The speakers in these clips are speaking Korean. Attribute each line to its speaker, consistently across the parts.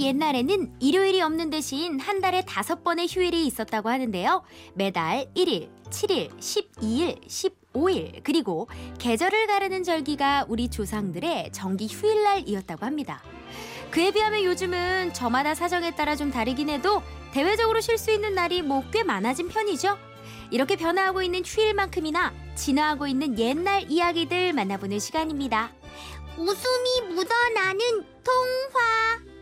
Speaker 1: 옛날에는 일요일이 없는 대신 한 달에 다섯 번의 휴일이 있었다고 하는데요. 매달 1일, 7일, 12일, 15일, 그리고 계절을 가르는 절기가 우리 조상들의 정기 휴일날이었다고 합니다. 그에 비하면 요즘은 저마다 사정에 따라 좀 다르긴 해도 대외적으로 쉴 수 있는 날이 뭐 꽤 많아진 편이죠. 이렇게 변화하고 있는 휴일만큼이나 진화하고 있는 옛날 이야기들 만나보는 시간입니다.
Speaker 2: 웃음이 묻어나는 통화.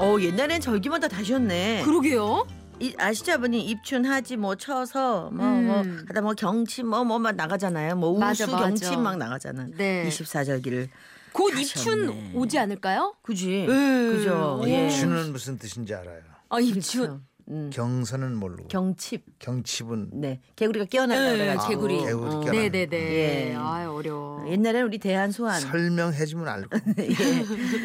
Speaker 3: 어 옛날엔 절기마다 다 쉬었네.
Speaker 1: 그러게요.
Speaker 3: 이, 아시죠 아버님 입춘 하지 뭐 쳐서 뭐 뭐
Speaker 1: 음.
Speaker 3: 하다 뭐 경치 뭐 뭐 막 나가잖아요. 뭐 우수
Speaker 1: 맞아, 맞아.
Speaker 3: 경치 막 나가잖아.
Speaker 1: 네.
Speaker 3: 24절기를
Speaker 1: 곧
Speaker 3: 다시
Speaker 1: 입춘
Speaker 3: 왔네.
Speaker 1: 오지 않을까요?
Speaker 3: 그지.
Speaker 1: 예.
Speaker 3: 그죠.
Speaker 1: 오.
Speaker 3: 예.
Speaker 4: 입춘은 무슨 뜻인지 알아요.
Speaker 1: 아 입춘.
Speaker 3: 그렇죠. 음.
Speaker 4: 경선은 모르고
Speaker 3: 경칩.
Speaker 4: 경칩은
Speaker 3: 네 개구리가 깨어난다
Speaker 1: 예,
Speaker 3: 그래가지고.
Speaker 1: 개구리.
Speaker 4: 아, 개구리
Speaker 3: 어.
Speaker 4: 깨어나.
Speaker 1: 네네네.
Speaker 3: 예.
Speaker 1: 아유 어려워.
Speaker 3: 옛날에는 우리 대한 소환.
Speaker 4: 설명해주면 알고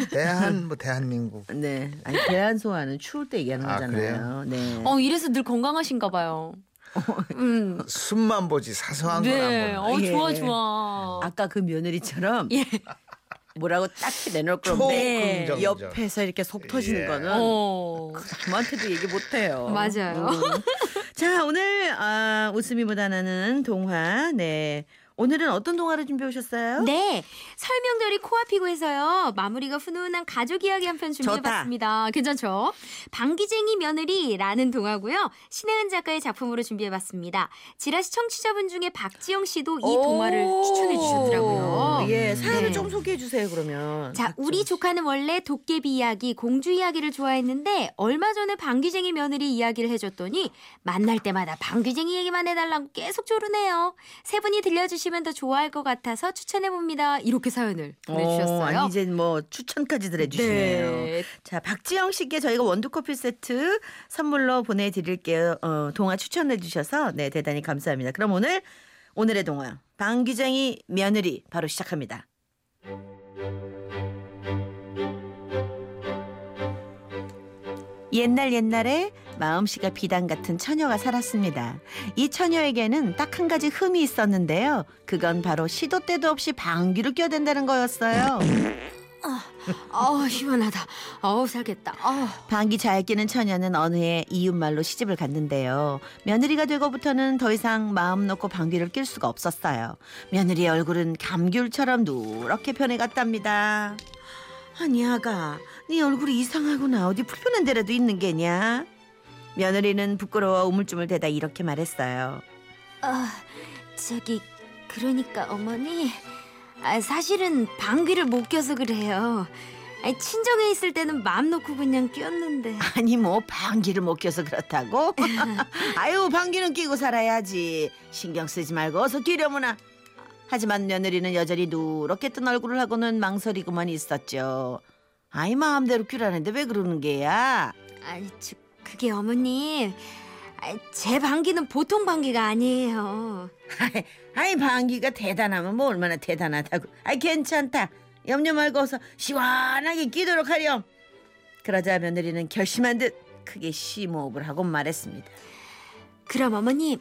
Speaker 4: 대한 뭐 대한민국
Speaker 3: 네. 아니 대한 소환은 추울 때 얘기하는
Speaker 4: 아,
Speaker 3: 거잖아요. 네.
Speaker 1: 어 이래서 늘 건강하신가 봐요.
Speaker 3: 어.
Speaker 1: 음.
Speaker 4: 숨만 보지 사소한
Speaker 1: 네.
Speaker 4: 건안 보는
Speaker 1: 어 좋아
Speaker 3: 예.
Speaker 1: 좋아.
Speaker 3: 아까 그 며느리처럼
Speaker 1: 예.
Speaker 3: 뭐라고 딱히 내놓을 건
Speaker 1: 네.
Speaker 4: 초긍정적
Speaker 3: 옆에서 이렇게 속 터지는
Speaker 4: 예.
Speaker 3: 거는
Speaker 1: 어.
Speaker 3: 남한테도 얘기 못해요.
Speaker 1: 맞아요.
Speaker 3: 음. 자 오늘 아, 웃음이 묻어나는 동화. 네 오늘은 어떤 동화를 준비해 오셨어요?
Speaker 1: 네. 설명절이 코앞이고 해서요. 마무리가 훈훈한 가족 이야기 한 편 준비해봤습니다. 괜찮죠? 방귀쟁이 며느리라는 동화고요. 신혜은 작가의 작품으로 준비해봤습니다. 지라시 청취자분 중에 박지영 씨도 이
Speaker 3: 오.
Speaker 1: 동화를 추천해 주셨더라고요.
Speaker 3: 예 사연을
Speaker 1: 네.
Speaker 3: 좀 소개해 주세요 그러면.
Speaker 1: 자, 우리 조카는 원래 도깨비 이야기, 공주 이야기를 좋아했는데 얼마 전에 방귀쟁이 며느리 이야기를 해줬더니 만날 때마다 방귀쟁이 얘기만 해달라고 계속 조르네요. 세 분이 들려주시면 더 좋아할 것 같아서 추천해봅니다. 이렇게 사연을
Speaker 3: 어,
Speaker 1: 보내주셨어요.
Speaker 3: 아니, 이제 뭐 추천까지들 해주시네요.
Speaker 1: 네.
Speaker 3: 자 박지영 씨께 저희가 원두 커피 세트 선물로 보내드릴게요. 어, 동화 추천해 주셔서 네 대단히 감사합니다. 그럼 오늘 오늘의 동화 방귀쟁이 며느리 바로 시작합니다. 옛날 옛날에 마음씨가 비단 같은 처녀가 살았습니다. 이 처녀에게는 딱 한 가지 흠이 있었는데요. 그건 바로 시도 때도 없이 방귀를 껴댄다는 거였어요.
Speaker 1: 아우 시원하다. 아우 살겠다. 아우.
Speaker 3: 방귀 잘 끼는 처녀는 어느 해 이웃말로 시집을 갔는데요. 며느리가 되고부터는 더 이상 마음 놓고 방귀를 낄 수가 없었어요. 며느리의 얼굴은 감귤처럼 누렇게 변해갔답니다. 아니 아가, 네 얼굴이 이상하구나. 어디 불편한 데라도 있는 게냐? 며느리는 부끄러워 우물쭈물대다 이렇게 말했어요.
Speaker 1: 아, 저기 그러니까 어머니 아, 사실은 방귀를 못 껴서 그래요. 아니, 친정에 있을 때는 마음 놓고 그냥 꼈는데.
Speaker 3: 아니 뭐 방귀를 못 껴서 그렇다고? 아유 방귀는 끼고 살아야지 신경 쓰지 말고 어서 뛰려무나 하지만 며느리는 여전히 누렇게 뜬 얼굴을 하고는 망설이고만 있었죠 아이 마음대로 끼라는데 왜 그러는 게야
Speaker 1: 아니 저, 그게 어머님 아, 제 방귀는 보통 방귀가 아니에요.
Speaker 3: 아이 방귀가 대단하면 뭐 얼마나 대단하다고 아이 괜찮다 염려 말고 어서 시원하게 끼도록 하렴 그러자 며느리는 결심한 듯 크게 심호흡을 하고 말했습니다
Speaker 1: 그럼 어머님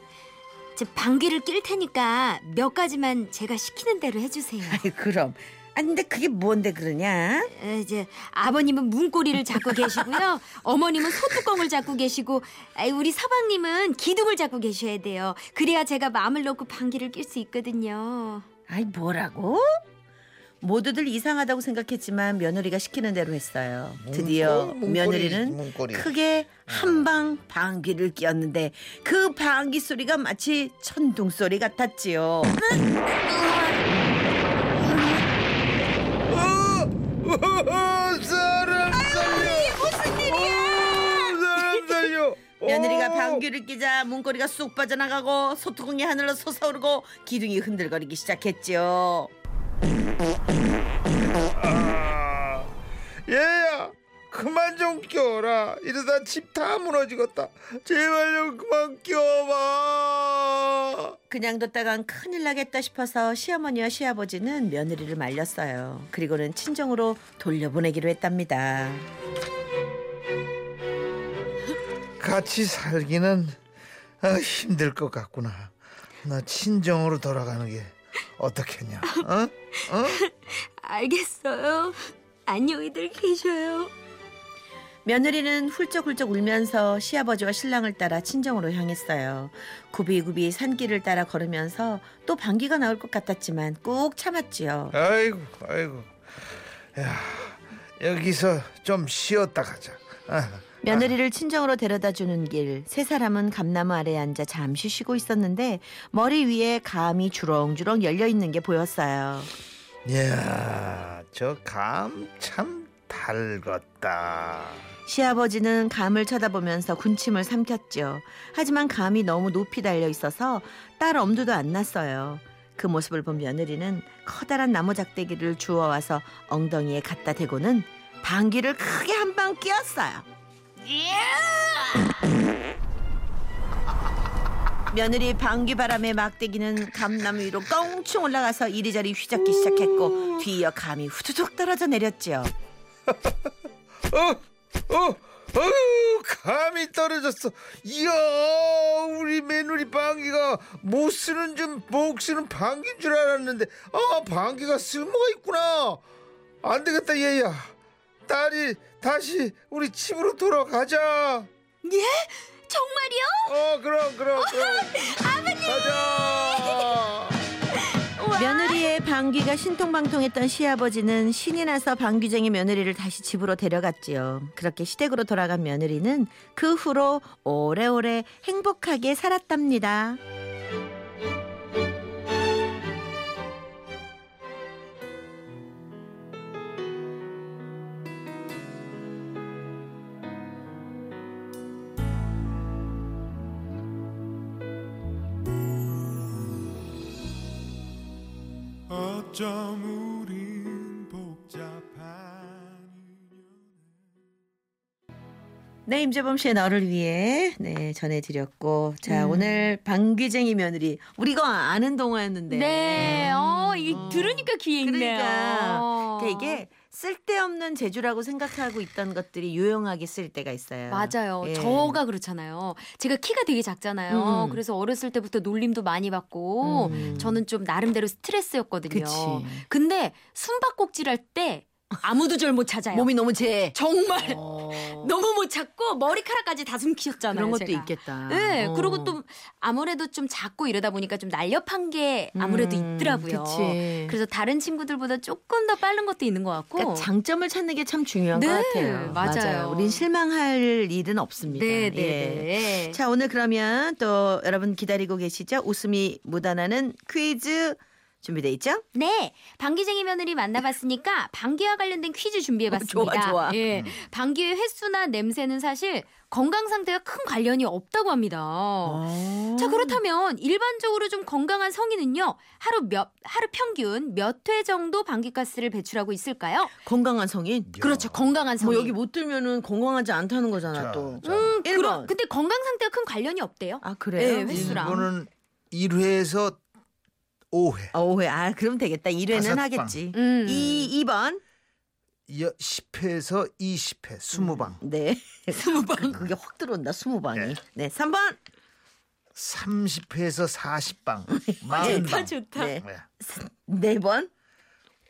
Speaker 1: 저 방귀를 낄 테니까 몇 가지만 제가 시키는 대로 해주세요.
Speaker 3: 아이 그럼 아 근데 그게 뭔데 그러냐
Speaker 1: 에, 어, 이제 아버님은 문고리를 잡고 계시고요. 어머님은 소뚜껑을 잡고 계시고 아이, 우리 서방님은 기둥을 잡고 계셔야 돼요. 그래야 제가 마음을 놓고 방귀를 낄 수 있거든요.
Speaker 3: 아이 뭐라고? 모두들 이상하다고 생각했지만 며느리가 시키는 대로 했어요. 드디어
Speaker 4: 음, 문고리,
Speaker 3: 며느리는
Speaker 4: 문고리. 음.
Speaker 3: 크게 한 방 방귀를 뀌었는데 그 방귀 소리가 마치 천둥 소리 같았지요.
Speaker 4: 어, 사람 살려 무슨 일이야 사람 살려
Speaker 3: 며느리가
Speaker 4: 어.
Speaker 3: 방귀를 끼자 문고리가 쑥 빠져나가고 소뚜껑이 하늘로 솟아오르고 기둥이 흔들거리기 시작했지요.
Speaker 4: 아, 얘야 그만 좀 껴라 이러다 집 다 무너지겠다 제발 좀 그만 껴봐
Speaker 3: 그냥 뒀다간 큰일 나겠다 싶어서 시어머니와 시아버지는 며느리를 말렸어요. 그리고는 친정으로 돌려보내기로 했답니다.
Speaker 4: 같이 살기는 아, 힘들 것 같구나 나 친정으로 돌아가는 게 어떻겠냐 어? 어?
Speaker 1: 알겠어요. 안녕히들 계셔요.
Speaker 3: 며느리는 훌쩍훌쩍 울면서 시아버지와 신랑을 따라 친정으로 향했어요. 굽이굽이 산길을 따라 걸으면서 또 방귀가 나올 것 같았지만 꾹 참았지요.
Speaker 4: 아이고 아이고 야 여기서 좀 쉬었다 가자 아,
Speaker 3: 며느리를 친정으로 데려다 주는 길, 세 사람은 감나무 아래에 앉아 잠시 쉬고 있었는데 머리 위에 감이 주렁주렁 열려 있는 게 보였어요.
Speaker 4: 이야 저 감 참 달궜다
Speaker 3: 시아버지는 감을 쳐다보면서 군침을 삼켰죠. 하지만 감이 너무 높이 달려 있어서 딸 엄두도 안 났어요. 그 모습을 본 며느리는 커다란 나무 작대기를 주워와서 엉덩이에 갖다 대고는 방귀를 크게 한 방 끼었어요. 며느리 방귀 바람에 막대기는 감나무 위로 껑충 올라가서 이리저리 휘젓기 시작했고 뒤이어 감이 후두둑 떨어져 내렸지요.
Speaker 4: 어, 어휴, 감이 떨어졌어. 이야, 우리 며느리 방귀가 못 쓰는 좀, 못 쓰는 방귀인 줄 알았는데, 아, 방귀가 쓸모가 있구나. 안 되겠다, 얘야. 딸이 다시 우리 집으로 돌아가자.
Speaker 1: 예? 정말이요?
Speaker 4: 어, 그럼, 그럼, 그럼. 아버님! 가자!
Speaker 3: 며느리의 방귀가 신통방통했던 시아버지는 신이 나서 방귀쟁이 며느리를 다시 집으로 데려갔지요. 그렇게 시댁으로 돌아간 며느리는 그 후로 오래오래 행복하게 살았답니다.
Speaker 5: 어쩜 우린 복잡한
Speaker 3: 네, 임재범 씨의 너를 위해 네 전해드렸고 자 오늘 방귀쟁이 며느리 우리 이거 아는 동화였는데
Speaker 1: 네. 어, 이게
Speaker 3: 어.
Speaker 1: 들으니까 귀에 있네요.
Speaker 3: 그러니까.
Speaker 1: 어.
Speaker 3: 그러니까 이게 쓸데없는 재주라고 생각하고 있던 것들이 유용하게 쓸 때가 있어요.
Speaker 1: 맞아요.
Speaker 3: 예.
Speaker 1: 저가 그렇잖아요. 제가 키가 되게 작잖아요.
Speaker 3: 음.
Speaker 1: 그래서 어렸을 때부터 놀림도 많이 받고
Speaker 3: 음.
Speaker 1: 저는 좀 나름대로 스트레스였거든요.
Speaker 3: 그치.
Speaker 1: 근데 숨바꼭질 할 때 아무도 절 못 찾아요.
Speaker 3: 몸이 너무 제
Speaker 1: 정말
Speaker 3: 어.
Speaker 1: 너무 못 찾고 머리카락까지 다 숨기셨잖아요.
Speaker 3: 그런 것도
Speaker 1: 제가.
Speaker 3: 있겠다.
Speaker 1: 네,
Speaker 3: 어.
Speaker 1: 그리고 또 아무래도 좀 작고 이러다 보니까 좀 날렵한 게 아무래도
Speaker 3: 음,
Speaker 1: 있더라고요.
Speaker 3: 그치.
Speaker 1: 래서 다른 친구들보다 조금 더 빠른 것도 있는 것 같고.
Speaker 3: 그러니까 장점을 찾는 게 참 중요한
Speaker 1: 네,
Speaker 3: 것 같아요.
Speaker 1: 맞아요.
Speaker 3: 우린 실망할 일은 없습니다.
Speaker 1: 네, 네,
Speaker 3: 예.
Speaker 1: 네.
Speaker 3: 자, 오늘 그러면 또 여러분 기다리고 계시죠? 웃음이 묻어나는 퀴즈 준비돼 있죠?
Speaker 1: 네, 방귀쟁이 며느리 만나봤으니까 방귀와 관련된 퀴즈 준비해봤습니다.
Speaker 3: 좋아, 음. 좋아.
Speaker 1: 예, 방귀의 횟수나 냄새는 사실 건강 상태와 큰 관련이 없다고 합니다. 어.
Speaker 3: 어.
Speaker 1: 자 그렇다면 일반적으로 좀 건강한 성인은요 하루 몇 하루 평균 몇 회 정도 방귀가스를 배출하고 있을까요?
Speaker 3: 건강한 성인.
Speaker 1: 그렇죠 건강한
Speaker 3: 뭐
Speaker 1: 성인. 음,
Speaker 3: 여기 못 들면은 건강하지 않다는 거잖아
Speaker 4: 자,
Speaker 3: 또.
Speaker 4: 자.
Speaker 1: 그러-
Speaker 3: 1번.
Speaker 1: 근데 건강 상태와 큰 관련이 없대요.
Speaker 3: 아, 그래요?
Speaker 1: 네, 횟수랑.
Speaker 4: 음. 이분은 1회에서 5회,
Speaker 3: 어, 왜? 아, 그럼 되겠다. 1회는
Speaker 4: 다섯 방.
Speaker 3: 하겠지.
Speaker 1: 음.
Speaker 3: 이 2번.
Speaker 4: 10회에서 20회, 20방.
Speaker 3: 네. 20방. 그게 확 들어온다. 20방이. 네, 3번.
Speaker 4: 30회에서 40방,
Speaker 1: 좋다
Speaker 4: 40방, 예.
Speaker 1: 좋다.
Speaker 3: 네. 4번.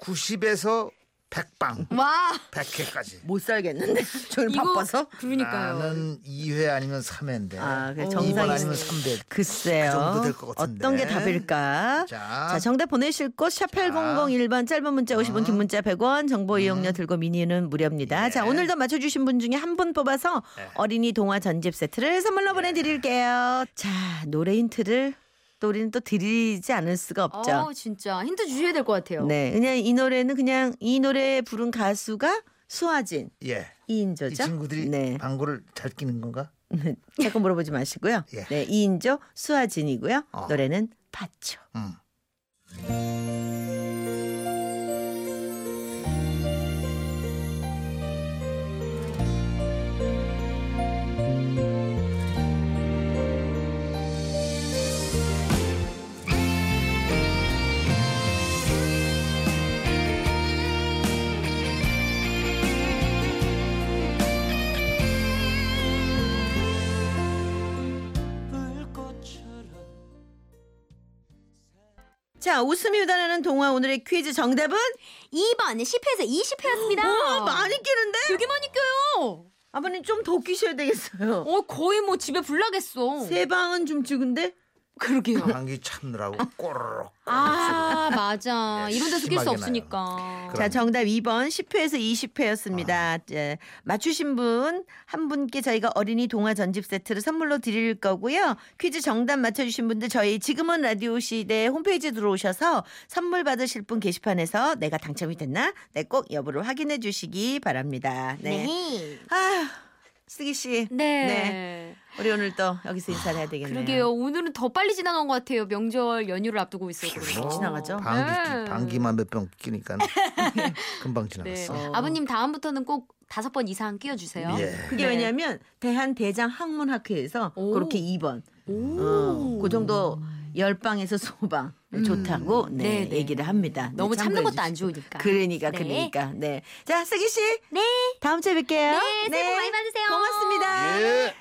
Speaker 4: 90에서 100방,
Speaker 1: 와
Speaker 4: 100회까지.
Speaker 3: 못 살겠는데. 저는
Speaker 1: 이거
Speaker 3: 바빠서.
Speaker 1: 그러니까요.
Speaker 4: 나는 2회 아니면 3회인데.
Speaker 3: 아, 그래,
Speaker 1: 정상이-
Speaker 4: 2번 아니면 3회.
Speaker 3: 글쎄요.
Speaker 4: 그 정도 될것 같은데.
Speaker 3: 어떤 게 답일까? 자.
Speaker 4: 자,
Speaker 3: 정답 보내실 곳, 샵 8001번, 짧은 문자 50원, 긴 문자 100원, 정보 이용료 들고 미니는 무료입니다.
Speaker 4: 예.
Speaker 3: 자, 오늘도 맞춰주신 분 중에 한 분 뽑아서
Speaker 4: 예.
Speaker 3: 어린이 동화 전집 세트를 선물로 보내드릴게요. 자, 노래 힌트를 또 우리는 또 드리지 않을 수가 없죠.
Speaker 1: 어 진짜 힌트 주셔야 될 것 같아요.
Speaker 3: 네, 그냥 이 노래는 그냥 이 노래 부른 가수가 수아진,
Speaker 4: 예. 이
Speaker 1: 그렇죠?
Speaker 3: 이인조죠?
Speaker 4: 친구들이
Speaker 3: 네.
Speaker 4: 방구를 잘 끼는 건가?
Speaker 3: 자꾸 물어보지 마시고요.
Speaker 4: 예.
Speaker 3: 네, 이인조 수아진이고요.
Speaker 4: 어.
Speaker 3: 노래는 파초.
Speaker 4: 음.
Speaker 3: 자, 웃음이 우다라는 동화 오늘의 퀴즈 정답은
Speaker 1: 2번 10회에서 20회였습니다.
Speaker 3: 오, 많이 끼는데?
Speaker 1: 되게 많이 껴요.
Speaker 3: 아버님 좀 더 끼셔야 되겠어요.
Speaker 1: 어 거의 뭐 집에 불나겠어.
Speaker 3: 세 방은 좀 죽은데?
Speaker 1: 그러게요.
Speaker 4: 방귀 참느라고 꼬르륵
Speaker 1: 아
Speaker 3: 네,
Speaker 1: 맞아. 이런 데서 낄
Speaker 4: 심하게
Speaker 1: 수
Speaker 4: 나요.
Speaker 1: 없으니까.
Speaker 4: 그럼.
Speaker 3: 자, 정답 2번 10회에서 20회였습니다.
Speaker 1: 아.
Speaker 3: 예, 맞추신 분 한 분께 저희가 어린이 동화 전집 세트를 선물로 드릴 거고요. 퀴즈 정답 맞춰주신 분들 저희 지금은 라디오 시대 홈페이지에 들어오셔서 선물 받으실 분 게시판에서 내가 당첨이 됐나? 네, 꼭 여부를 확인해 주시기 바랍니다. 네.
Speaker 1: 네.
Speaker 3: 아, 슬기 씨.
Speaker 1: 네.
Speaker 3: 우리 오늘 또 여기서 인사를 해야 되겠네요.
Speaker 1: 그러게요. 오늘은 더 빨리 지나간 것 같아요. 명절 연휴를 앞두고 있어요.
Speaker 3: 휙 그렇죠. 지나가죠?
Speaker 4: 방귀
Speaker 1: 네.
Speaker 4: 끼- 방귀만 몇 병 끼니까 금방
Speaker 1: 네.
Speaker 4: 지나갔어.
Speaker 1: 아버님 다음부터는 꼭 다섯 번 이상 끼워주세요.
Speaker 4: 예.
Speaker 3: 그게
Speaker 1: 네.
Speaker 3: 왜냐면 대한 대장 학문학회에서
Speaker 1: 오.
Speaker 3: 그렇게 2번.
Speaker 1: 오.
Speaker 3: 어, 그 정도 열방에서 소방 좋다고 네,
Speaker 1: 음. 네, 네.
Speaker 3: 얘기를 합니다. 네,
Speaker 1: 너무 참는
Speaker 3: 참고해
Speaker 1: 것도 안
Speaker 3: 주시고.
Speaker 1: 좋으니까.
Speaker 3: 그러니까
Speaker 1: 네.
Speaker 3: 그러니까 네. 자 슬기 씨
Speaker 1: 네.
Speaker 3: 다음 주에 뵐게요.
Speaker 1: 네, 새해 복 많이 받으세요.
Speaker 3: 고맙습니다.
Speaker 4: 예.